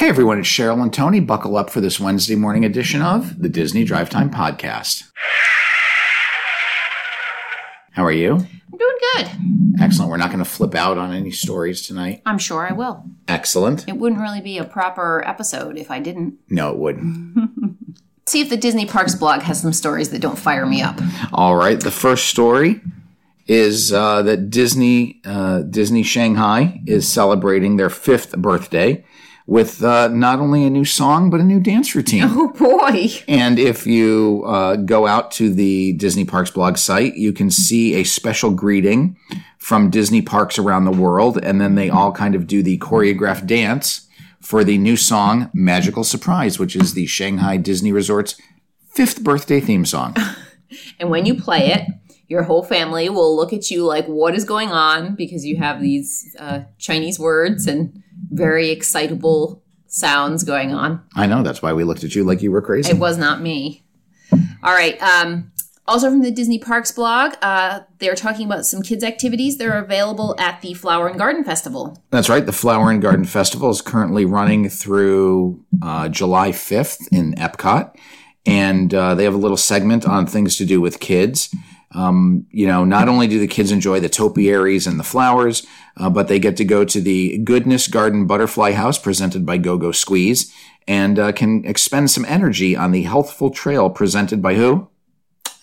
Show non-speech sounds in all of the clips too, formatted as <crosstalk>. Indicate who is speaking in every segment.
Speaker 1: everyone, it's Cheryl and Tony. Buckle up for this Wednesday morning edition of the Disney Drive Time Podcast. How are you?
Speaker 2: I'm doing good.
Speaker 1: Excellent. We're not going to flip out on any stories tonight.
Speaker 2: I'm sure I will.
Speaker 1: Excellent.
Speaker 2: It wouldn't really be a proper episode if I didn't.
Speaker 1: No, it wouldn't.
Speaker 2: See if the Disney Parks blog has some stories that don't fire me up.
Speaker 1: All right. The first story is uh, that Disney uh, Disney Shanghai is celebrating their fifth birthday with uh, not only a new song but a new dance routine.
Speaker 2: <laughs> Oh boy.
Speaker 1: And if you uh, go out to the Disney Parks blog site, you can see a special greeting from Disney parks around the world. And then they all kind of do the choreographed dance for the new song, Magical Surprise, which is the Shanghai Disney Resort's fifth birthday theme song.
Speaker 2: And when you play it, your whole family will look at you like, what is going on? Because you have these uh, Chinese words and very excitable sounds going on.
Speaker 1: I know, that's why we looked at you like you were
Speaker 2: It
Speaker 1: crazy.
Speaker 2: was not me. All right. Um, also from the Disney Parks blog, uh, they're talking about some kids' activities that are available at the Flower and Garden Festival.
Speaker 1: That's right, the Flower and Garden Festival is currently running through uh, July 5th in Epcot. And uh, they have a little segment on things to do with kids. um, you know, not only do the kids enjoy the topiaries and the flowers, uh, but they get to go to the Goodness Garden Butterfly House presented by Go Go Squeeze and uh, can expend some energy on the Healthful Trail presented by who?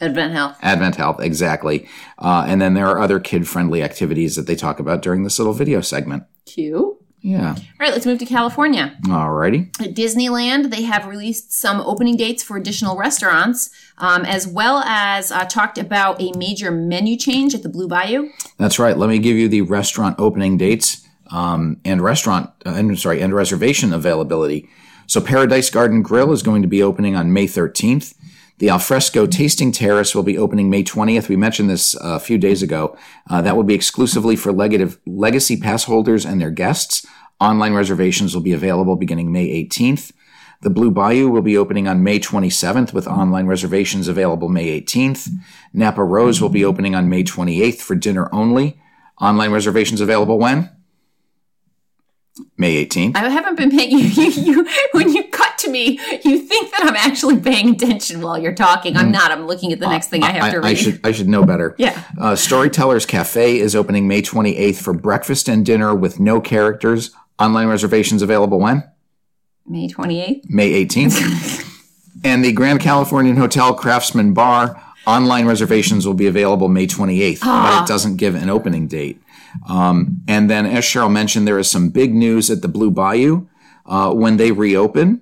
Speaker 2: Advent Health.
Speaker 1: Advent Health, exactly. Uh, and then there are other kid friendly activities that they talk about during this little video segment.
Speaker 2: Cute. All
Speaker 1: Yeah.
Speaker 2: right, let's move to California.
Speaker 1: Alrighty.
Speaker 2: At Disneyland, they have released some opening dates for additional restaurants, um, as well as uh, talked about a major menu change at the Blue Bayou.
Speaker 1: That's right. Let me give you the restaurant opening dates um, and restaurant uh, and sorry and reservation availability. So Paradise Garden Grill is going to be opening on May 13th. The Alfresco Tasting Terrace will be opening May 20th. We mentioned this uh, a few days ago. Uh, that will be exclusively for legative, legacy pass holders and their guests. Online reservations will be available beginning May 18th. The Blue Bayou will be opening on May 27th with online reservations available May 18th. Napa Rose will be opening on May 28th for dinner only. Online reservations available when? May 18th.
Speaker 2: I haven't been paying <laughs> you, you, you. When you cut to me, you think that I'm actually paying attention while you're talking. I'm not. I'm looking at the next thing I have to read.
Speaker 1: Mm. I should I should know better.
Speaker 2: Yeah.
Speaker 1: Uh, Storytellers Cafe is opening May 28th for breakfast and dinner with no characters. Online reservations available when?
Speaker 2: May 28th.
Speaker 1: May 18th. and the Grand Californian Hotel Craftsman Bar online reservations will be available May 28th, but it doesn't give an opening date. Um, and then, as Cheryl mentioned, there is some big news at the Blue Bayou. Uh, when they reopen,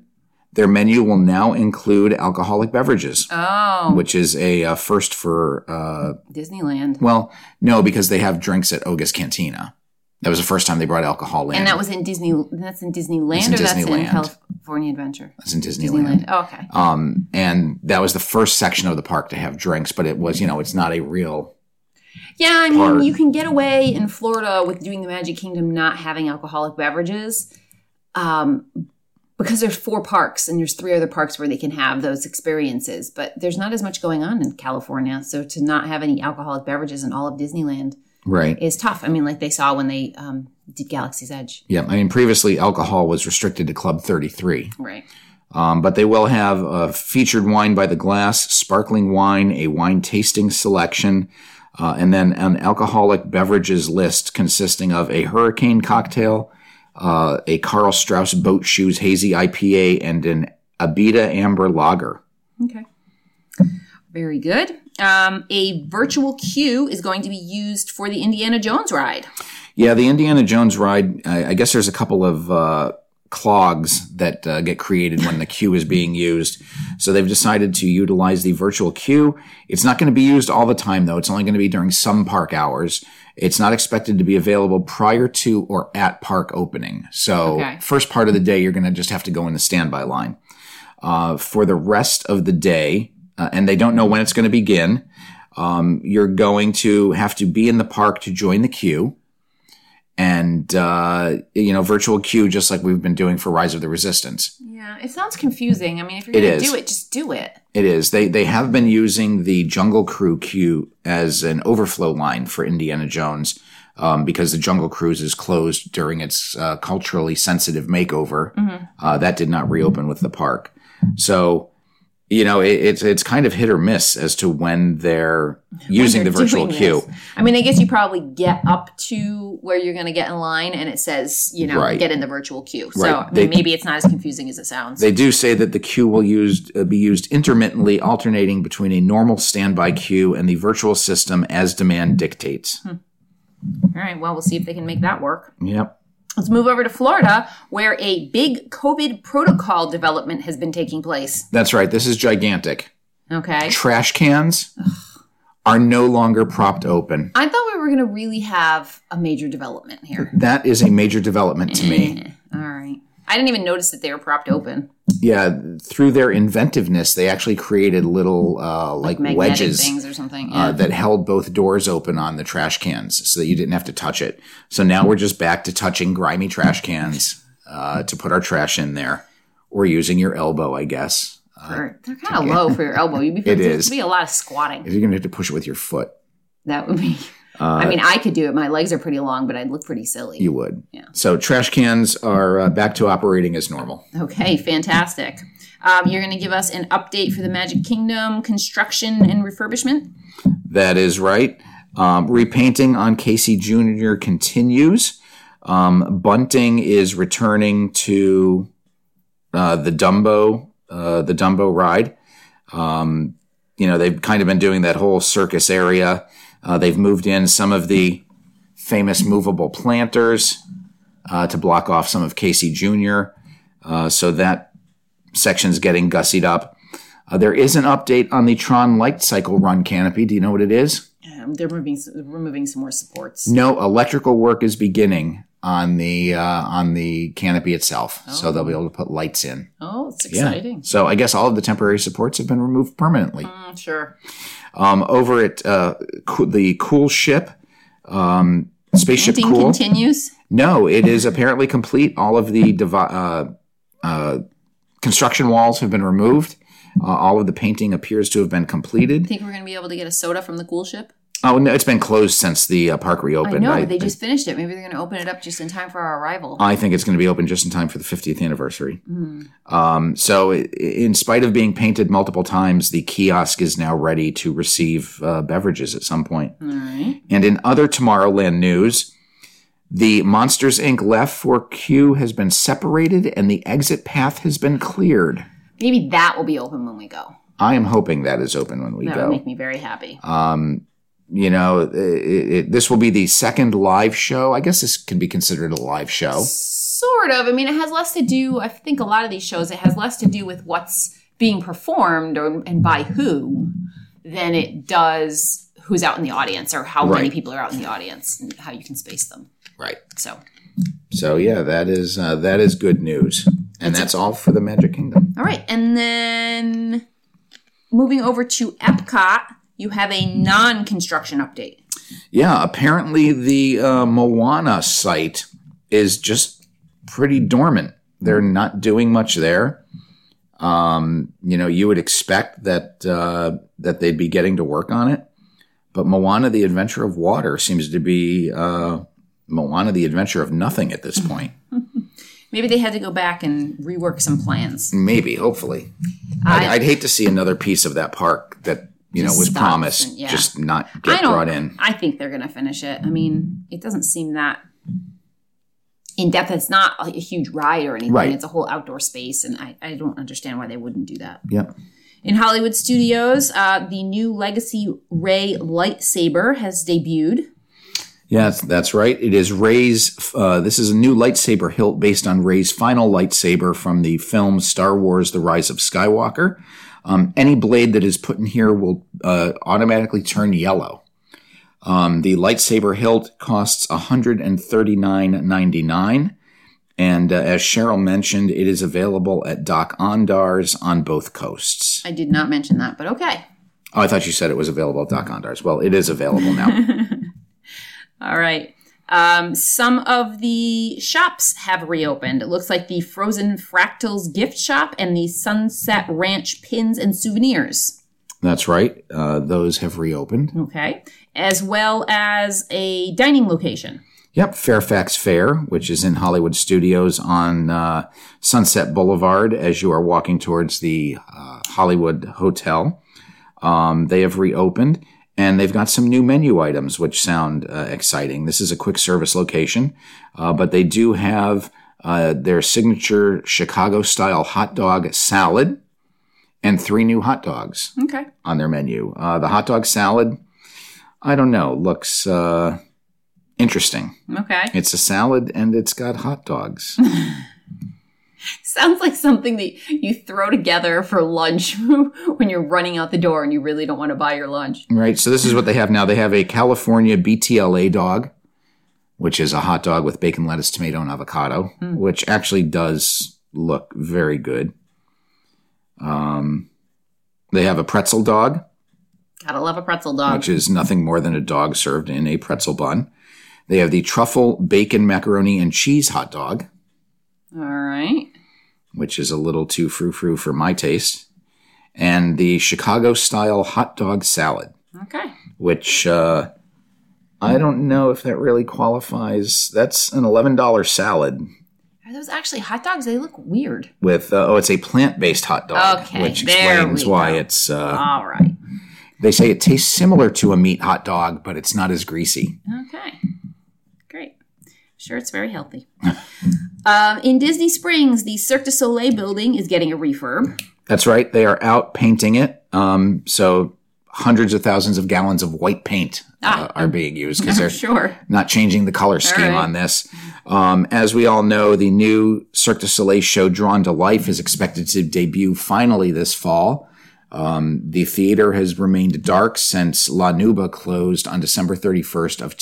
Speaker 1: their menu will now include alcoholic beverages,
Speaker 2: Oh,
Speaker 1: which is a uh, first for uh,
Speaker 2: Disneyland.
Speaker 1: well, no, because they have drinks at Oga's Cantina. That was the first time they brought alcohol in.
Speaker 2: And that was in Disney. That's in Disneyland,
Speaker 1: in
Speaker 2: or that's in
Speaker 1: Disneyland.
Speaker 2: California Adventure.
Speaker 1: was in Disneyland.
Speaker 2: Disneyland. Oh, okay.
Speaker 1: Um, and that was the first section of the park to have drinks, but it was, you know, it's not a real.
Speaker 2: Yeah, I mean,
Speaker 1: Hard.
Speaker 2: you can get away in Florida with doing the Magic Kingdom not having alcoholic beverages, um, because there's four parks and there's three other parks where they can have those experiences. But there's not as much going on in California, so to not have any alcoholic beverages in all of Disneyland
Speaker 1: Right.
Speaker 2: is tough. I mean, like they saw when they um, did Galaxy's Edge,
Speaker 1: Yeah. I mean, previously alcohol was restricted to Club 33.
Speaker 2: right?
Speaker 1: Um, but they will have uh, featured wine by the glass, sparkling wine, a wine tasting selection, uh, and then an alcoholic beverages list consisting of a hurricane cocktail, uh, a Carl Strauss boat shoes hazy IPA, and an Abita amber lager.
Speaker 2: Okay. Very good. Um, a virtual queue is going to be used for the Indiana Jones ride.
Speaker 1: Yeah, the Indiana Jones ride. I, I guess there's a couple of uh, clogs that uh, get created when the queue is being used. So they've decided to utilize the virtual queue. It's not going to be used all the time, though. It's only going to be during some park hours. It's not expected to be available prior to or at park opening. So
Speaker 2: Okay.
Speaker 1: first part of the day, you're going to just have to go in the standby line uh, for the rest of the day, uh, and they don't know when it's going to begin. Um, you're going to have to be in the park to join the queue. And, uh, you know, virtual queue, just like we've been doing for Rise of the Resistance.
Speaker 2: Yeah, it sounds confusing. I mean, if you're
Speaker 1: It
Speaker 2: going to
Speaker 1: is.
Speaker 2: do it, just do it.
Speaker 1: It is. They, they have been using the Jungle Crew queue as an overflow line for Indiana Jones. um, because the Jungle Cruise is closed during its uh, culturally sensitive makeover.
Speaker 2: Mm-hmm.
Speaker 1: Uh, that did not reopen with the park. So, you know, it, it's it's kind of hit or miss as to when they're using
Speaker 2: they're
Speaker 1: the virtual
Speaker 2: doing
Speaker 1: queue.
Speaker 2: this. I mean, I guess you probably get up to where you're going to get in line, and it says, you know,
Speaker 1: Right.
Speaker 2: get in the virtual queue. So
Speaker 1: Right.
Speaker 2: I mean,
Speaker 1: They-
Speaker 2: maybe it's not as confusing as it sounds.
Speaker 1: They do say that the queue will used, uh, be used intermittently, alternating between a normal standby queue and the virtual system as demand dictates.
Speaker 2: Hmm. All right. Well, we'll see if they can make that work.
Speaker 1: Yep.
Speaker 2: Let's move over to Florida, where a big COVID protocol development has been taking place.
Speaker 1: That's right. This is gigantic.
Speaker 2: Okay.
Speaker 1: Trash cans are no longer propped open.
Speaker 2: I thought we were going to really have a major development here.
Speaker 1: That is a major development to <laughs>
Speaker 2: <clears throat>
Speaker 1: me.
Speaker 2: <laughs> All right. I didn't even notice that they were propped open.
Speaker 1: Yeah, through their inventiveness, they actually created little uh, like,
Speaker 2: Magnetic
Speaker 1: wedges.
Speaker 2: things or something. Yeah.
Speaker 1: uh, that held both doors open on the trash cans so that you didn't have to touch it. So now we're just back to touching grimy trash cans uh, to put our trash in there or using your elbow, I guess.
Speaker 2: For- they're kind of low for your
Speaker 1: <laughs>
Speaker 2: elbow. You'd be it
Speaker 1: is.
Speaker 2: be a lot of squatting.
Speaker 1: If you're going to have to push it with your foot,
Speaker 2: That would be. I mean, I could do it. My legs are pretty long, but I'd look pretty silly.
Speaker 1: Uh, you would. So trash cans are uh, back to operating as normal.
Speaker 2: Okay, fantastic. Um, you're going to give us an update for the Magic Kingdom construction and refurbishment.
Speaker 1: That is right. Um, repainting on Casey Jr. continues. Um, Bunting is returning to uh, the Dumbo, uh, the Dumbo ride. Um, you know, they've kind of been doing that whole circus area. Uh, they've moved in some of the famous movable planters uh, to block off some of Casey Jr. Uh, so that section's getting gussied up. Uh, there is an update on the Tron Light Cycle Run canopy. Do you know what it is?
Speaker 2: Um, they're moving, s- removing some more supports.
Speaker 1: No, electrical work is beginning on the uh, on the canopy itself, so they'll be able to put lights in.
Speaker 2: Oh, it's exciting.
Speaker 1: So I guess all of the temporary supports have been removed permanently.
Speaker 2: Mm, sure.
Speaker 1: Um, over at uh, co- the Cool Ship, um, Spaceship
Speaker 2: Painting
Speaker 1: Cool.
Speaker 2: continues.
Speaker 1: No, it is apparently complete. All of the devi- uh, uh, construction walls have been removed. Uh, all of the painting appears to have been completed.
Speaker 2: Think we're going to be able to get a soda from the cool ship?
Speaker 1: Oh no, it's been closed since the uh, park reopened.
Speaker 2: I know but they just finished it. Maybe they're going to open it up just in time for our arrival.
Speaker 1: I think it's going to be open just in time for the 50th anniversary.
Speaker 2: Hmm.
Speaker 1: Um, so, i- in spite of being painted multiple times, the kiosk is now ready to receive uh, beverages at some point.
Speaker 2: All right.
Speaker 1: And in other Tomorrowland news, the Monsters Inc. left for Q has been separated and the exit path has been cleared.
Speaker 2: Maybe that will be open when we go.
Speaker 1: I am hoping that is open when we
Speaker 2: That
Speaker 1: go.
Speaker 2: would make me very happy.
Speaker 1: you know, it, it, this will be the second live show. I guess this can be considered a live show.
Speaker 2: sort of. I mean, it has less to do. I think a lot of these shows it has less to do with what's being performed or, and by who than it does who's out in the audience or how many
Speaker 1: Right.
Speaker 2: people are out in the audience and how you can space them.
Speaker 1: Right.
Speaker 2: So,
Speaker 1: So yeah, that is uh, that is good news, and that's, all for the Magic Kingdom.
Speaker 2: all right, and then moving over to Epcot, you have a non-construction update.
Speaker 1: Yeah, apparently the uh, Moana site is just pretty dormant. They're not doing much there. Um, you know, you would expect that uh, that they'd be getting to work on it, but Moana: The Adventure of Water seems to be uh, Moana: The Adventure of Nothing at this point.
Speaker 2: Maybe they had to go back and rework some plans.
Speaker 1: Maybe, hopefully, I'd, I'd hate to see another piece of that park that you know
Speaker 2: Just
Speaker 1: was
Speaker 2: stops
Speaker 1: promised
Speaker 2: and- yeah.
Speaker 1: just not get
Speaker 2: I don't.
Speaker 1: brought in.
Speaker 2: I think they're going to finish it. I mean, it doesn't seem that in depth. It's not a a huge ride or anything.
Speaker 1: Right.
Speaker 2: It's a whole outdoor space, and I, I don't understand why they wouldn't do that.
Speaker 1: Yeah.
Speaker 2: In Hollywood Studios, uh, the new Legacy Ray lightsaber has debuted.
Speaker 1: Yes, that's right. It is Ray's. Uh, this is a new lightsaber hilt based on Ray's final lightsaber from the film Star Wars: The Rise of Skywalker. Um, any blade that is put in here will uh, automatically turn yellow. Um, the lightsaber hilt costs one hundred and thirty nine ninety nine, and uh, as Cheryl mentioned, it is available at Doc Ondar's on both coasts.
Speaker 2: I did not mention that, but okay.
Speaker 1: Oh, I thought you said it was available at Doc Ondar's. Well, it is available now.
Speaker 2: All right. Um, some of the shops have reopened. It looks like the Frozen Fractals gift shop and the Sunset Ranch pins and souvenirs.
Speaker 1: That's right. Uh, those have reopened.
Speaker 2: Okay. As well as a dining location.
Speaker 1: Yep, Fairfax Fair, which is in Hollywood Studios on uh, Sunset Boulevard as you are walking towards the uh, Hollywood Hotel. Um, they have reopened and they've got some new menu items which sound uh, exciting. This is a quick service location, uh, but they do have uh, their signature Chicago style hot dog salad and three new hot dogs
Speaker 2: Okay.
Speaker 1: on their menu. Uh, the hot dog salad, I don't know, looks uh, interesting.
Speaker 2: Okay. <laughs>
Speaker 1: It's a salad and it's got hot dogs. <laughs>
Speaker 2: Sounds like something that you throw together for lunch <laughs> when you're running out the door and you really don't want to buy your lunch.
Speaker 1: right. So this is what they have now. They have a California BTLA dog, which is a hot dog with bacon, lettuce, tomato, and avocado, which actually does look very good. Um, they have a pretzel dog,
Speaker 2: Gotta love a pretzel dog.
Speaker 1: which is nothing more than a dog served in a pretzel bun. They have the truffle bacon macaroni and cheese hot dog.
Speaker 2: All right.
Speaker 1: which is a little too frou frou for my taste, and the Chicago style hot dog salad,
Speaker 2: Okay.
Speaker 1: which uh, I don't know if that really qualifies. That's an $11 salad
Speaker 2: Are those actually hot dogs? They look weird.
Speaker 1: with, uh, oh, it's a plant based hot dog,
Speaker 2: Okay,
Speaker 1: which
Speaker 2: there
Speaker 1: explains
Speaker 2: we
Speaker 1: why
Speaker 2: go.
Speaker 1: it's, uh,
Speaker 2: All right.
Speaker 1: they say it tastes similar to a meat hot dog, but it's not as greasy.
Speaker 2: Okay. Great. Sure, it's very healthy. um, in Disney Springs, the Cirque du Soleil building is getting a refurb.
Speaker 1: That's right, they are out painting it. Um, so, hundreds of thousands of gallons of white paint
Speaker 2: Ah.
Speaker 1: uh, are being used because they're
Speaker 2: Sure.
Speaker 1: not changing the color scheme
Speaker 2: right.
Speaker 1: on this. Um, as we all know, the new Cirque du Soleil show, Drawn to Life, is expected to debut finally this fall. Um, the theater has remained dark since La Nuba closed on December 31st of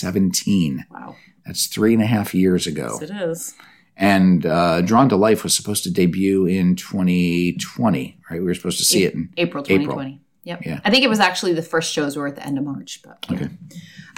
Speaker 1: 2017.
Speaker 2: Wow.
Speaker 1: That's three and a half years ago.
Speaker 2: Yes, it is.
Speaker 1: And uh, Drawn to Life was supposed to debut in 2020, right? We were supposed to see it in
Speaker 2: April
Speaker 1: April.
Speaker 2: 2020. Yep.
Speaker 1: Yeah.
Speaker 2: I think it was actually the first shows were at the end of March. But yeah.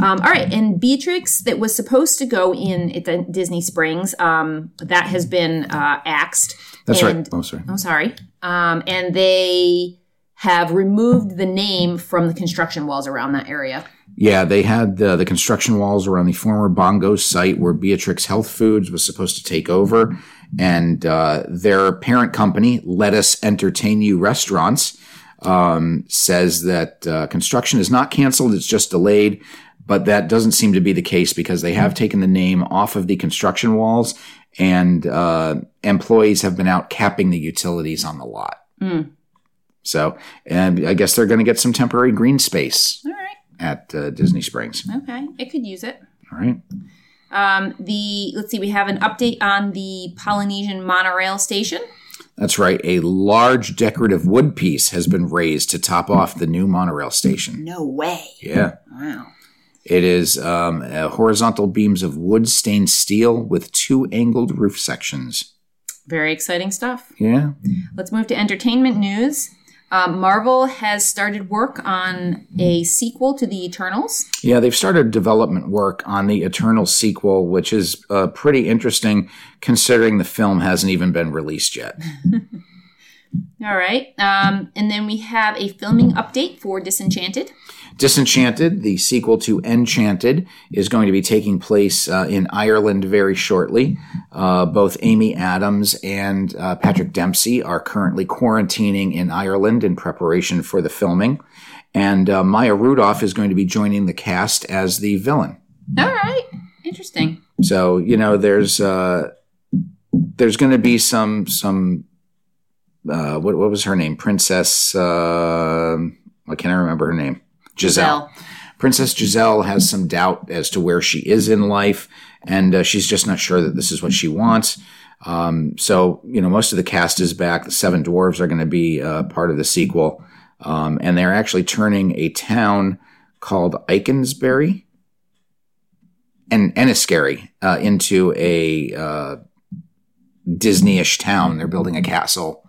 Speaker 2: Um, all right. And Beatrix, that was supposed to go in at the Disney Springs, um, that has been uh, axed.
Speaker 1: That's right.
Speaker 2: And-
Speaker 1: Oh, sorry.
Speaker 2: I'm sorry. Um, and they have removed the name from the construction walls around that area.
Speaker 1: Yeah, they had the, the construction walls around the former Bongo site where Beatrix Health Foods was supposed to take over. And uh, their parent company, Let Us Entertain You Restaurants, um, says that uh, construction is not canceled, it's just delayed. But that doesn't seem to be the case because they have taken the name off of the construction walls, and uh, employees have been out capping the utilities on the lot.
Speaker 2: Mm.
Speaker 1: So, and I guess they're going to get some temporary green space
Speaker 2: All right.
Speaker 1: at uh, Disney Springs.
Speaker 2: Okay. I could use it.
Speaker 1: All right.
Speaker 2: Um, the let's see, we have an update on the Polynesian monorail station.
Speaker 1: That's right. A large decorative wood piece has been raised to top off the new monorail station.
Speaker 2: No way.
Speaker 1: Yeah.
Speaker 2: Wow.
Speaker 1: It is um, uh, horizontal beams of wood stained steel with two angled roof sections.
Speaker 2: Very exciting stuff.
Speaker 1: Yeah.
Speaker 2: Let's move to entertainment news. Um, Marvel has started work on a sequel to the Eternals.
Speaker 1: Yeah, they've started development work on the Eternal sequel, which is uh, pretty interesting considering the film hasn't even been released yet.
Speaker 2: All right. Um, and then we have a filming update for Disenchanted.
Speaker 1: Disenchanted, the sequel to Enchanted, is going to be taking place uh, in Ireland very shortly. Uh, both Amy Adams and uh, Patrick Dempsey are currently quarantining in Ireland in preparation for the filming. And uh, Maya Rudolph is going to be joining the cast as the villain.
Speaker 2: All right. Interesting.
Speaker 1: So you know, there's uh, there's going to be some some uh, what what was her name? Princess. Uh, I can't remember her name. Giselle. Princess Giselle has some doubt as to where she is in life, and uh, she's just not sure that this is what she wants. Um, so, you know, most of the cast is back. The Seven Dwarves are going to be uh, part of the sequel, um, and they're actually turning a town called Eikensbury and Enniscary uh, into a uh, Disney-ish town. They're building a castle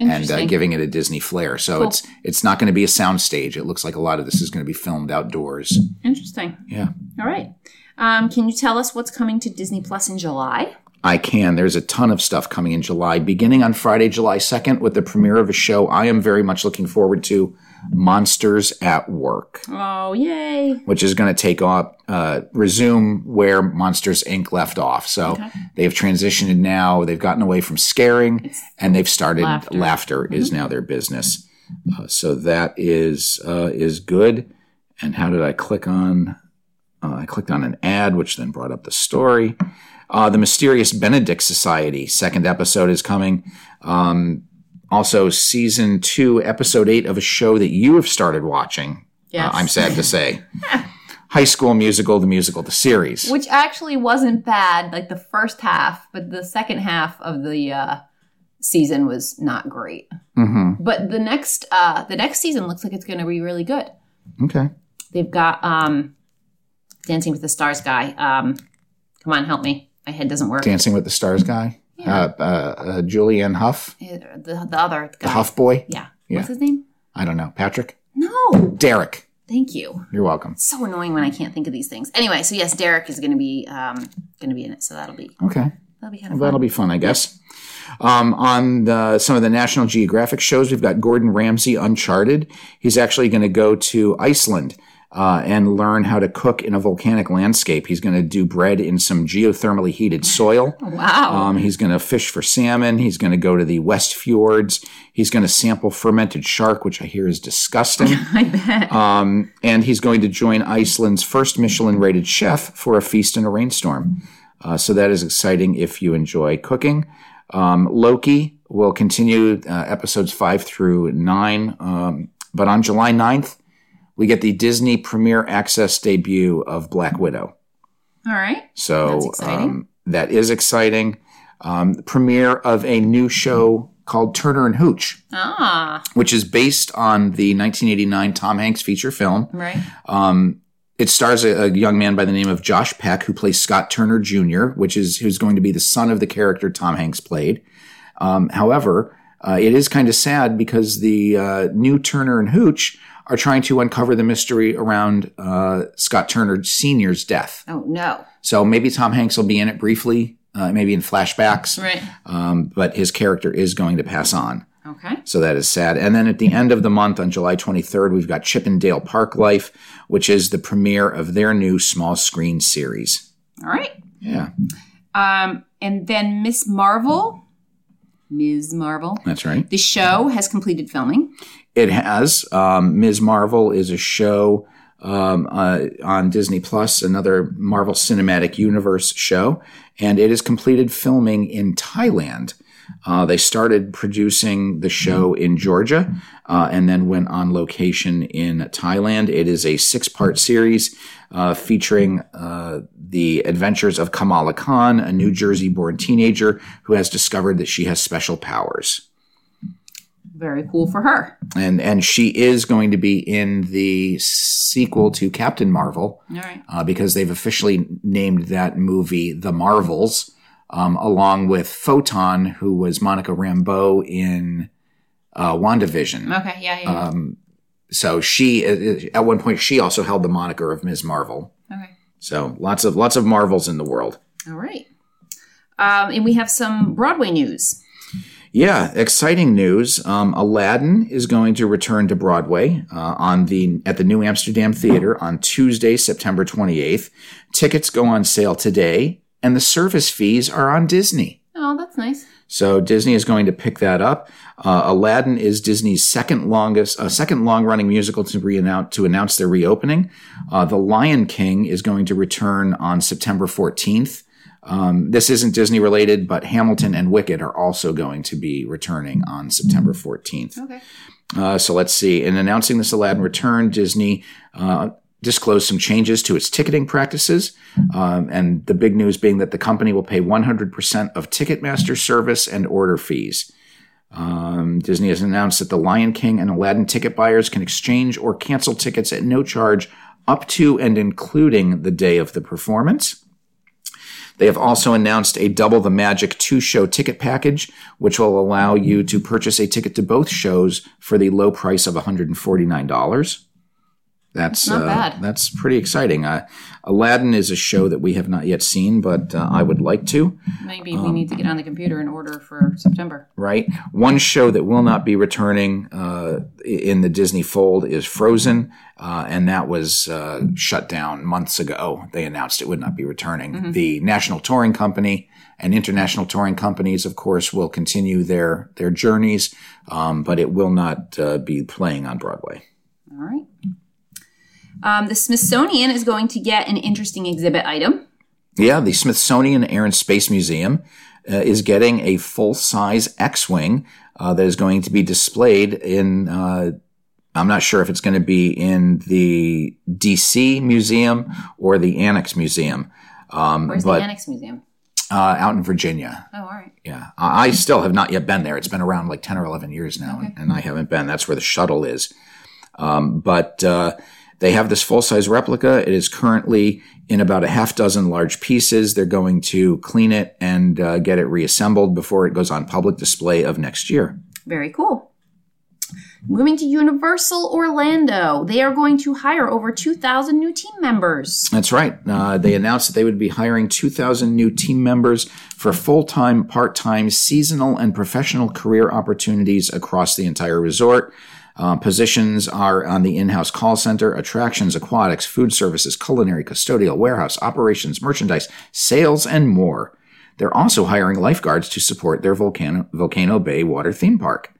Speaker 1: and
Speaker 2: Interesting.
Speaker 1: uh, giving it a Disney flair. So
Speaker 2: Cool.
Speaker 1: it's it's not going to be a soundstage. It looks like a lot of this is going to be filmed outdoors.
Speaker 2: Interesting.
Speaker 1: Yeah.
Speaker 2: All right. Um, can you tell us what's coming to Disney Plus in July?
Speaker 1: I can. There's a ton of stuff coming in July, beginning on Friday, July 2nd, with the premiere of a show I am very much looking forward to Monsters at Work,
Speaker 2: Oh, yay.
Speaker 1: which is going to take off, uh, resume where Monsters Inc. left off. So they've transitioned now, they've gotten away from scaring, and they've started laughter,
Speaker 2: Laughter.
Speaker 1: is now their business. Uh, so that is uh, is good. And how did I click on? Uh, I clicked on an ad, which then brought up the story. Uh, the Mysterious Benedict Society second episode is coming. Um, also, season two, episode eight of a show that you have started watching.
Speaker 2: Yes.
Speaker 1: uh, I'm sad to say. High School Musical, the musical, the series.
Speaker 2: Which actually wasn't bad, like the first half, but the second half of the uh, season was not great.
Speaker 1: hmm
Speaker 2: But the next uh, the next season looks like it's going to be really good.
Speaker 1: Okay.
Speaker 2: They've got um, Dancing with the Stars guy. Um, come on, help me. My head doesn't work.
Speaker 1: Dancing with the Stars guy. Uh, uh, uh, Julianne Huff,
Speaker 2: Uh, The, the other
Speaker 1: the
Speaker 2: guy.
Speaker 1: Huff boy.
Speaker 2: Yeah.
Speaker 1: Yeah.
Speaker 2: What's his name?
Speaker 1: I don't know. Patrick?
Speaker 2: No.
Speaker 1: Derek.
Speaker 2: Thank you.
Speaker 1: You're welcome.
Speaker 2: It's so annoying when I can't think of these things. Anyway, so yes, Derek is going to be um, going to be in it, so that'll be
Speaker 1: Okay.
Speaker 2: that'll be kind of
Speaker 1: That'll
Speaker 2: fun.
Speaker 1: be fun, I guess. Um, on the, some of the National Geographic shows, we've got Gordon Ramsay Uncharted. He's actually going to go to Iceland uh, and learn how to cook in a volcanic landscape. He's going to do bread in some geothermally heated soil.
Speaker 2: Wow.
Speaker 1: Um, he's going to fish for salmon. He's going to go to the West Fjords. He's going to sample fermented shark, which I hear is disgusting.
Speaker 2: <laughs> I bet.
Speaker 1: Um, and he's going to join Iceland's first Michelin rated chef for a feast in a rainstorm. Uh, so that is exciting if you enjoy cooking. Um, Loki will continue uh, episodes five through nine. Um, but on July 9th, we get the Disney premiere access debut of Black Widow.
Speaker 2: All right. That's
Speaker 1: So
Speaker 2: exciting.
Speaker 1: um, that is exciting. Um, premiere of a new show called Turner and Hooch,
Speaker 2: Ah,
Speaker 1: which is based on the 1989 Tom Hanks feature film.
Speaker 2: right.
Speaker 1: Um, it stars a, a young man by the name of Josh Peck, who plays Scott Turner Jr., which is who's going to be the son of the character Tom Hanks played. Um, however, uh, it is kind of sad because the uh, new Turner and Hooch are trying to uncover the mystery around uh, Scott Turner Sr.'s death.
Speaker 2: Oh no.
Speaker 1: So maybe Tom Hanks will be in it briefly, uh, maybe in flashbacks,
Speaker 2: Right.
Speaker 1: um, but his character is going to pass on.
Speaker 2: Okay.
Speaker 1: So that is sad. And then at the end of the month, on July 23rd, we've got Chippendale Park Life, which is the premiere of their new small screen series.
Speaker 2: All right.
Speaker 1: Yeah,
Speaker 2: Um, and then Miss Marvel, Ms. Marvel.
Speaker 1: that's right.
Speaker 2: The show has completed filming.
Speaker 1: It has. Um, Ms. Marvel is a show um, uh, on Disney Plus, another Marvel Cinematic Universe show, and it has completed filming in Thailand. Uh, they started producing the show in Georgia uh, and then went on location in Thailand. It is a six part series uh, featuring uh, the adventures of Kamala Khan, a New Jersey born teenager who has discovered that she has special powers
Speaker 2: Very cool for her.
Speaker 1: and and she is going to be in the sequel to Captain Marvel
Speaker 2: All right.
Speaker 1: uh, because they've officially named that movie The Marvels, um, along with Photon, who was Monica Rambeau in uh, WandaVision.
Speaker 2: Okay. Yeah. Yeah. yeah.
Speaker 1: Um, so she uh, at one point she also held the moniker of Ms. Marvel.
Speaker 2: okay.
Speaker 1: So lots of lots of Marvels in the world.
Speaker 2: All right. Um, and we have some Broadway news.
Speaker 1: Yeah, exciting news. Um, Aladdin is going to return to Broadway uh, on the at the New Amsterdam Theater on Tuesday, September 28th. Tickets go on sale today, and the service fees are on Disney.
Speaker 2: Oh, that's nice.
Speaker 1: So Disney is going to pick that up. Uh, Aladdin is Disney's second longest, uh, second long running musical to re to announce their reopening. Uh, the Lion King is going to return on September 14th. Um, this isn't Disney related, but Hamilton and Wicked are also going to be returning on September 14th.
Speaker 2: Okay.
Speaker 1: Uh, so let's see. In announcing this Aladdin return, Disney uh, disclosed some changes to its ticketing practices. Um, and the big news being that the company will pay 100% of Ticketmaster service and order fees. Um, Disney has announced that the Lion King and Aladdin ticket buyers can exchange or cancel tickets at no charge up to and including the day of the performance. They have also announced a Double the Magic two show ticket package, which will allow you to purchase a ticket to both shows for the low price of $149. That's
Speaker 2: Not
Speaker 1: uh,
Speaker 2: bad.
Speaker 1: That's pretty exciting. Uh, Aladdin is a show that we have not yet seen, but uh, I would like to.
Speaker 2: Maybe we need to get on the computer and order for September.
Speaker 1: Right. One show that will not be returning uh, i- in the Disney fold is Frozen, uh, and that was uh, shut down months ago. They announced it would not be returning. The National Touring Company and international touring companies, of course, will continue their their journeys, um, but it will not uh, be playing on Broadway.
Speaker 2: All right. Um, the Smithsonian is going to get an interesting exhibit item.
Speaker 1: Yeah, the Smithsonian Air and Space Museum uh, is getting a full size X Wing uh, that is going to be displayed in, uh, I'm not sure if it's going to be in the DC Museum or the Annex Museum um,
Speaker 2: Where's
Speaker 1: But-
Speaker 2: the Annex Museum?
Speaker 1: uh, out in Virginia.
Speaker 2: Oh, all right.
Speaker 1: Yeah. I I still have not yet been there. It's been around like 10 or 11 years now, and- and I haven't been. That's where the shuttle is. Um, but uh, they have this full size replica. It is currently in about a half dozen large pieces. They're going to clean it and uh, get it reassembled before it goes on public display of next year.
Speaker 2: Very cool. Moving to Universal Orlando, they are going to hire over 2,000 new team members.
Speaker 1: That's right. Uh, they announced that they would be hiring 2,000 new team members for full time, part time, seasonal, and professional career opportunities across the entire resort. Uh, positions are on the in house call center, attractions, aquatics, food services, culinary, custodial, warehouse, operations, merchandise, sales, and more. They're also hiring lifeguards to support their volcano, volcano Bay water theme park.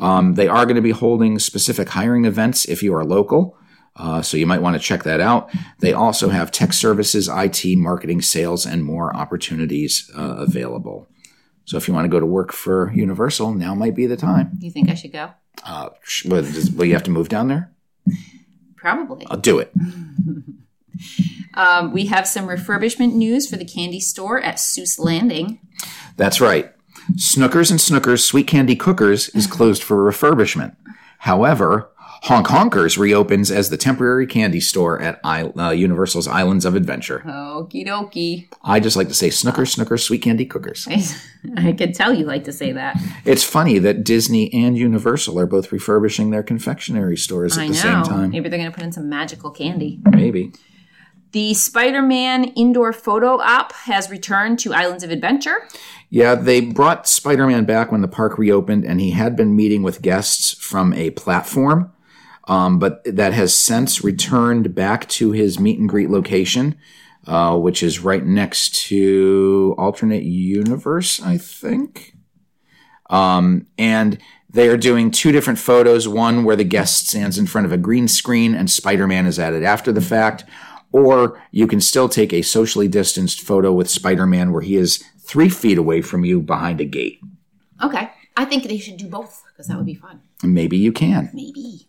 Speaker 1: Um, they are going to be holding specific hiring events if you are local. Uh, so you might want to check that out. They also have tech services, IT, marketing, sales, and more opportunities uh, available. So if you want to go to work for Universal, now might be the time.
Speaker 2: Do you think I should go?
Speaker 1: Uh, sh- will does- will you have to move down there?
Speaker 2: Probably.
Speaker 1: I'll do it.
Speaker 2: Um, we have some refurbishment news for the candy store at Seuss Landing.
Speaker 1: That's right. Snookers and Snookers Sweet Candy Cookers is closed for refurbishment. However, Honk Honkers reopens as the temporary candy store at I- uh, Universal's Islands of Adventure.
Speaker 2: Okie dokie. <laughs>
Speaker 1: I just like to say Snookers, Snookers, Sweet Candy Cookers.
Speaker 2: I, I could tell you like to say that.
Speaker 1: It's funny that Disney and Universal are both refurbishing their confectionery stores at
Speaker 2: I
Speaker 1: the
Speaker 2: know.
Speaker 1: same time.
Speaker 2: Maybe they're going to put in some magical candy.
Speaker 1: Maybe.
Speaker 2: The Spider Man indoor photo op has returned to Islands of Adventure.
Speaker 1: Yeah, they brought Spider Man back when the park reopened, and he had been meeting with guests from a platform, um, but that has since returned back to his meet and greet location, uh, which is right next to Alternate Universe, I think. Um, and they are doing two different photos one where the guest stands in front of a green screen and Spider Man is added after the fact. Or you can still take a socially distanced photo with Spider Man where he is three feet away from you behind a gate.
Speaker 2: Okay. I think they should do both because that would be fun.
Speaker 1: Maybe you can.
Speaker 2: Maybe.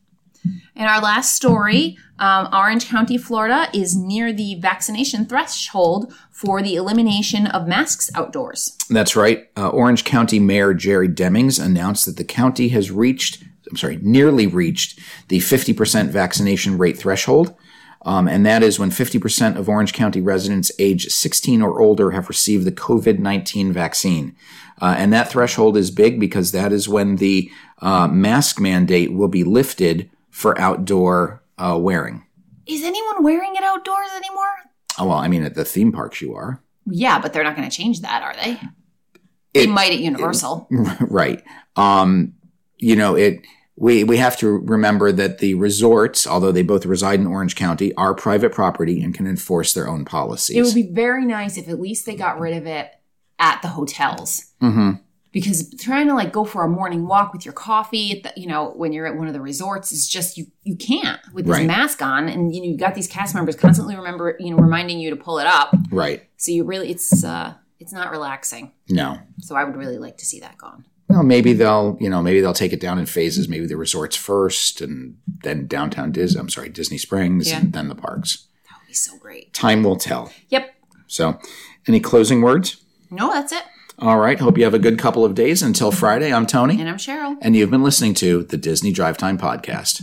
Speaker 2: And our last story um, Orange County, Florida is near the vaccination threshold for the elimination of masks outdoors.
Speaker 1: That's right. Uh, Orange County Mayor Jerry Demings announced that the county has reached, I'm sorry, nearly reached the 50% vaccination rate threshold. Um, and that is when 50% of Orange County residents age 16 or older have received the COVID 19 vaccine. Uh, and that threshold is big because that is when the uh, mask mandate will be lifted for outdoor uh, wearing.
Speaker 2: Is anyone wearing it outdoors anymore?
Speaker 1: Oh, well, I mean, at the theme parks, you are.
Speaker 2: Yeah, but they're not going to change that, are they?
Speaker 1: It-
Speaker 2: they might at Universal.
Speaker 1: right. Um, you know, it we we have to remember that the resorts, although they both reside in Orange County, are private property and can enforce their own policies.
Speaker 2: It would be very nice if at least they got rid of it at the hotels
Speaker 1: Mhm.
Speaker 2: because trying to like go for a morning walk with your coffee at the, you know when you're at one of the resorts is just you you can't with this
Speaker 1: Right.
Speaker 2: mask on and you know, you've got these cast members constantly remember you know reminding you to pull it up
Speaker 1: Right.
Speaker 2: so you really it's uh it's not relaxing
Speaker 1: No.
Speaker 2: so i would really like to see that gone
Speaker 1: Well, maybe they'll, you know, maybe they'll take it down in phases. Maybe the resorts first, and then downtown Dis. I'm sorry, Disney Springs,
Speaker 2: Yeah.
Speaker 1: and then the parks.
Speaker 2: that would be so great
Speaker 1: Time will tell.
Speaker 2: yep
Speaker 1: So, any closing words?
Speaker 2: no that's it
Speaker 1: All right. Hope you have a good couple of days until Friday. I'm Tony,
Speaker 2: and i'm cheryl
Speaker 1: and you've been listening to the Disney Drive Time podcast.